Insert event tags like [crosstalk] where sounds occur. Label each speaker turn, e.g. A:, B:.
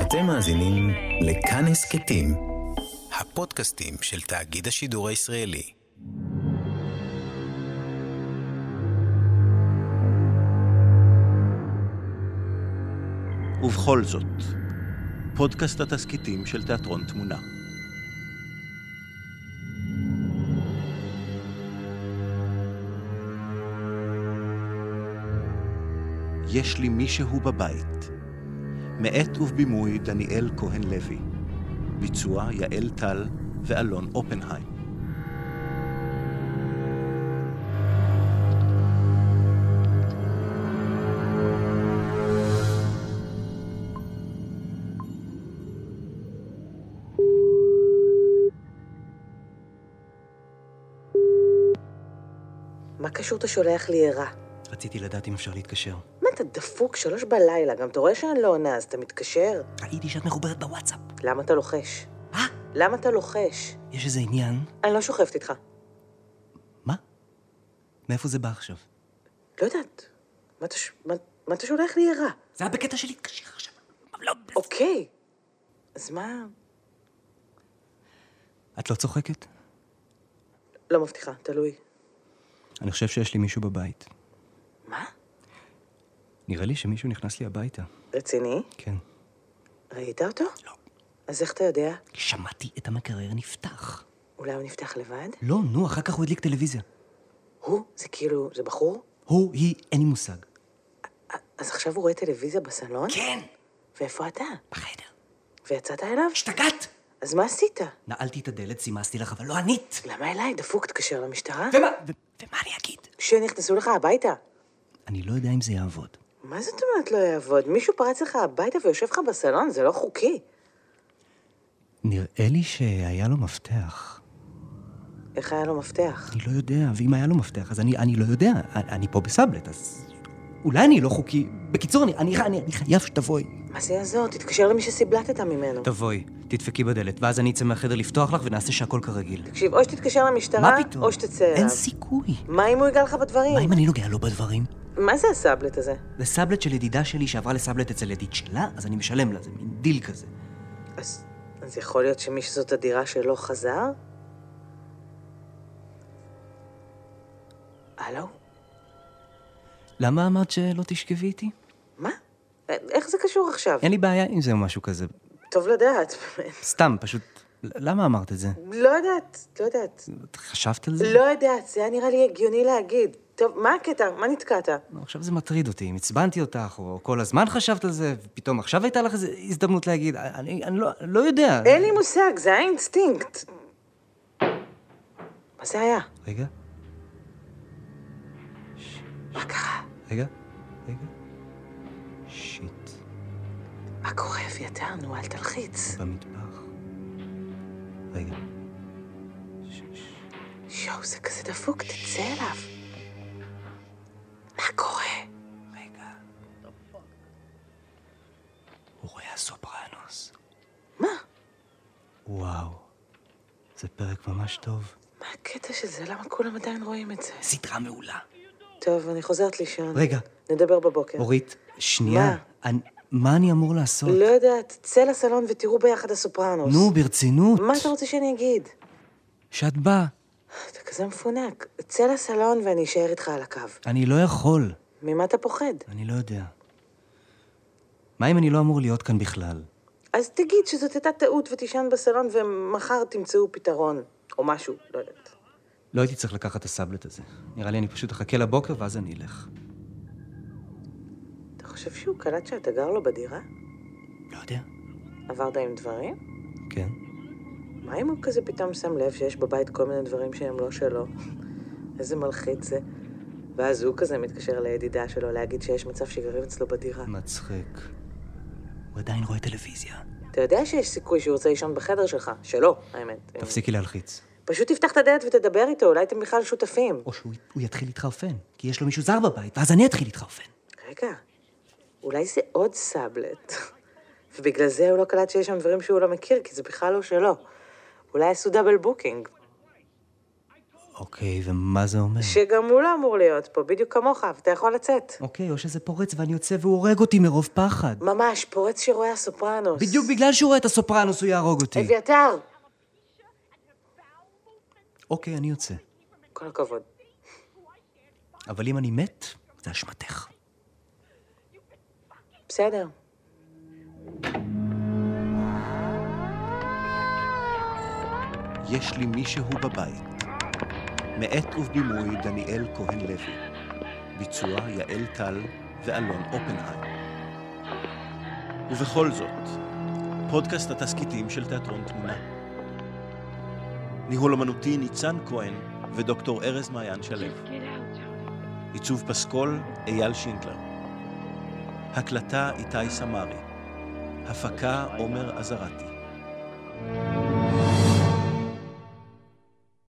A: אתם מאזינים לכאן הסכתים, הפודקאסטים של תאגיד השידור הישראלי.
B: ובכל זאת, פודקאסט התסכיתים של תיאטרון תמונה. יש לי מישהו בבית, מאת ובבימוי דניאל כהן לוי, ביצוע יעל טל ואלון אופנהיים.
C: מה קשור אתה שולח לי ערה?
D: רציתי לדעת אם אפשר להתקשר.
C: מה, אתה דפוק שלוש בלילה, גם אתה רואה שאני לא עונה, אז אתה מתקשר?
D: ראיתי שאת מחוברת בוואטסאפ.
C: למה אתה לוחש?
D: אה?
C: למה אתה לוחש?
D: יש איזה עניין?
C: אני לא שוכבת איתך.
D: מה? מאיפה זה בא עכשיו?
C: לא יודעת. מה אתה, ש... מה... מה אתה שולח לי ערה?
D: זה היה בקטע של להתקשר עכשיו. לא...
C: אוקיי. אז מה?
D: את לא צוחקת?
C: לא מבטיחה, תלוי.
D: אני חושב שיש לי מישהו בבית.
C: מה?
D: נראה לי שמישהו נכנס לי הביתה.
C: רציני?
D: כן.
C: ראית אותו?
D: לא.
C: אז איך אתה יודע?
D: שמעתי את המקרר נפתח.
C: אולי הוא נפתח לבד?
D: לא, נו, אחר כך הוא הדליק טלוויזיה.
C: הוא? זה כאילו, זה בחור?
D: הוא, היא, אין לי מושג.
C: אז עכשיו הוא רואה טלוויזיה בסלון?
D: כן!
C: ואיפה אתה?
D: בחדר.
C: ויצאת אליו?
D: השתגעת!
C: אז מה עשית?
D: נעלתי את הדלת, סימסתי לך, אבל לא ענית!
C: למה אליי? דפוק, תקשר למשטרה?
D: ומה? ו- ומה אני אגיד?
C: שנכנסו לך הביתה.
D: אני לא יודע אם זה יעבוד.
C: מה זאת אומרת לא יעבוד? מישהו פרץ לך הביתה ויושב לך בסלון? זה לא חוקי.
D: נראה לי שהיה לו מפתח.
C: איך היה לו מפתח?
D: אני לא יודע, ואם היה לו מפתח, אז אני, אני לא יודע. אני, אני פה בסבלט, אז אולי אני לא חוקי. בקיצור, אני, אני, אני, אני חייב שתבואי.
C: מה זה יעזור? תתקשר למי שסיבלטת ממנו.
D: תבואי, תדפקי בדלת, ואז אני אצא מהחדר לפתוח לך ונעשה שהכל כרגיל.
C: תקשיב, או שתתקשר
D: מה
C: למשטרה,
D: פתאום?
C: או שתצא אליו.
D: אין סיכוי.
C: מה אם הוא ייגע לך בדברים?
D: מה אם אני נוגע לו בדברים?
C: מה זה הסבלט הזה?
D: זה סבלט של ידידה שלי שעברה לסבלט אצל ידיד שלה, אז אני משלם לה, זה מין דיל כזה.
C: אז, אז יכול להיות שמי שזאת הדירה שלו חזר? הלו?
D: למה אמרת שלא תשכבי איתי?
C: מה? א- איך זה קשור עכשיו?
D: אין לי בעיה עם זה או משהו כזה.
C: טוב לדעת, באמת.
D: סתם, פשוט... למה אמרת את זה?
C: לא יודעת, לא יודעת.
D: את חשבת על זה?
C: לא יודעת, זה היה נראה לי הגיוני להגיד. טוב, מה הקטע? מה נתקעת?
D: לא, עכשיו זה מטריד אותי, אם עצבנתי אותך, או כל הזמן חשבת על זה, ופתאום עכשיו הייתה לך איזו הזדמנות להגיד, אני, אני לא, לא יודע.
C: אין לי מושג, זה היה אינסטינקט. מה זה היה?
D: רגע,
C: מה קרה?
D: רגע, רגע. שיט,
C: מה קורה, אביתר? נו, אל תלחיץ.
D: במטבח. רגע. ש- ש-
C: יואו, זה כזה דפוק, תצא אליו. מה קורה?
D: רגע. הוא רואה הסופרנוס.
C: מה?
D: וואו, זה פרק ממש טוב.
C: מה הקטע של זה? למה כולם עדיין רואים את זה?
D: סדרה מעולה.
C: טוב, אני חוזרת לישון.
D: רגע,
C: נדבר בבוקר.
D: אורית, שנייה. אני, מה אני אמור לעשות?
C: לא יודעת, צא לסלון ותראו ביחד הסופרנוס.
D: נו, ברצינות.
C: מה אתה רוצה שאני אגיד?
D: שאת באה.
C: אתה כזה מפונק. צא לסלון ואני אשאר איתך על הקו.
D: אני לא יכול.
C: ממה אתה פוחד?
D: אני לא יודע. מה אם אני לא אמור להיות כאן בכלל?
C: אז תגיד שזאת הייתה טעות ותישן בסלון ומחר תמצאו פתרון, או משהו, לא יודעת.
D: לא הייתי צריך לקחת את הסבלט הזה. נראה לי אני פשוט אחכה לבוקר ואז אני אלך.
C: אתה חושב שהוא קלט שאתה גר לו בדירה?
D: לא יודע.
C: עברת עם דברים?
D: כן.
C: מה אם הוא כזה פתאום שם לב שיש בבית כל מיני דברים שהם לא שלו? [laughs] איזה מלחיץ זה. ואז הוא כזה מתקשר לידידה שלו להגיד שיש מצב שגרים אצלו בדירה.
D: מצחיק. הוא עדיין רואה טלוויזיה.
C: אתה יודע שיש סיכוי שהוא רוצה לישון בחדר שלך, שלו, האמת.
D: תפסיקי להלחיץ.
C: פשוט תפתח את הדלת ותדבר איתו, אולי אתם בכלל שותפים.
D: או שהוא הוא יתחיל להתחרפן, כי יש לו מישהו זר בבית, ואז אני אתחיל להתחרפן.
C: רגע, אולי זה עוד סאבלט. [laughs] ובגלל זה הוא לא קלט שיש שם דברים שהוא לא מכיר, כי זה בכלל לא שלו. אולי עשו דאבל בוקינג.
D: אוקיי, ומה זה אומר?
C: שגם הוא לא אמור להיות פה, בדיוק כמוך, ואתה יכול לצאת.
D: אוקיי, או שזה פורץ ואני יוצא והוא הורג אותי מרוב פחד.
C: ממש, פורץ שרואה הסופרנוס.
D: בדיוק בגלל שהוא רואה את הסופרנוס הוא יהרוג אותי.
C: אביתר!
D: אוקיי, אני יוצא.
C: כל הכבוד.
D: אבל אם אני מת, זה אשמתך.
C: בסדר.
B: יש לי מישהו בבית. מאת ובבימוי דניאל כהן לוי. ביצוע יעל טל ואלון אופנהיים. ובכל זאת, פודקאסט התסכיתים של תיאטרון תמונה. ניהול אמנותי ניצן כהן ודוקטור ארז מעיין שלו. עיצוב פסקול אייל שינדלר. הקלטה איתי סמרי. הפקה עומר עזרתי.